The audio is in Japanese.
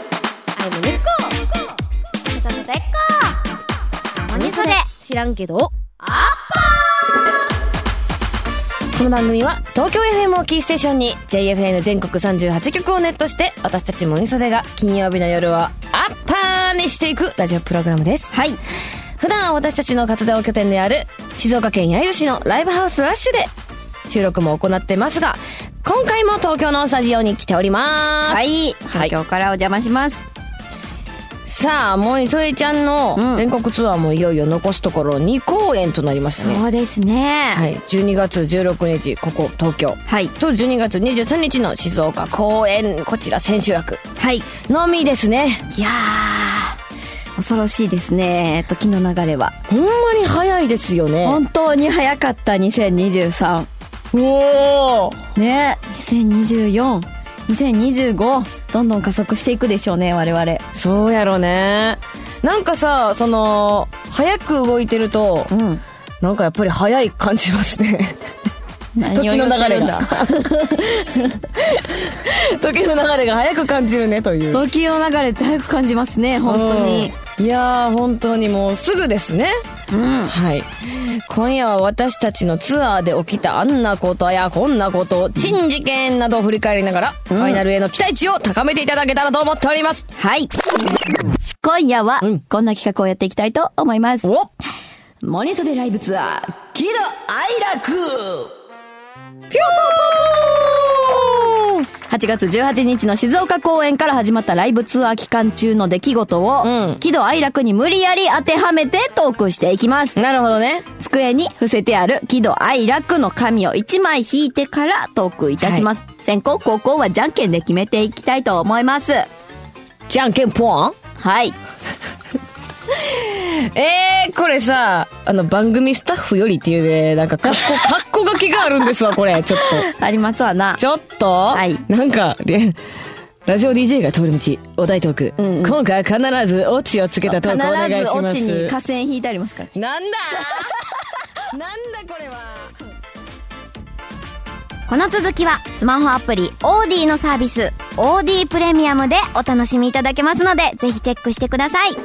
の根っこそそそっこ何それ知らんけどこの番組は東京 FM をキーステーションに JFN 全国38局をネットして私たちモニソデが金曜日の夜をアッパーにしていくラジオプログラムです。はい。普段は私たちの活動拠点である静岡県焼津市のライブハウスラッシュで収録も行ってますが、今回も東京のスタジオに来ております。。はいい東京からお邪魔しますさあ、モニソデちゃんうのん全国ツアーもいよいよ残すところ2公演となりましたね。うですねはい。12月16日、ここ東京。はいと12月23日の静岡公演こちら千秋楽はいいのみですねやー恐ろしいですね時の流れはほんまに早いですよね本当に早かった2023おおね2024 2025どんどん加速していくでしょうね我々そうやろねなんかさその早く動いてるとうんなんかやっぱり早い感じますね何を時の言って流れるんがだ 時の流れが早く感じるねという時の流れって早く感じますね本当にうんいやー本当にもうすぐですねうんはい。今夜は私たちのツアーで起きたあんなことやこんなこと、珍事件などを振り返りながら、ファイナルへの期待値を高めていただけたらと思っております。はい今夜はうんこんな企画をやっていきたいと思いますおモニソデライブツアー喜怒哀楽ぴょーん8月18日の静岡公演から始まったライブツアー期間中の出来事を、うん喜怒哀楽に無理やり当てはめてトークしていきます。なるほどね。机に伏せてある喜怒哀楽の紙を1枚引いてからトークいたします。先行後攻はじゃんけんで決めていきたいと思います。じゃんけんぽんはい。えー、これさ、あの、番組スタッフよりっていうね、なんか、かっこ、かっこ書きがあるんですわ、これ、ちょっと。ありますわな。ちょっと、いなんか、でラジオ DJ が通る道、お題トーク。うんうん今回は必ずオチをつけたトークお願いし必まずす。オチに河川引いてありますから。なんだ なんだこれはこの続きはスマホアプリ OD のサービス OD プレミアムでお楽しみいただけますのでぜひチェックしてください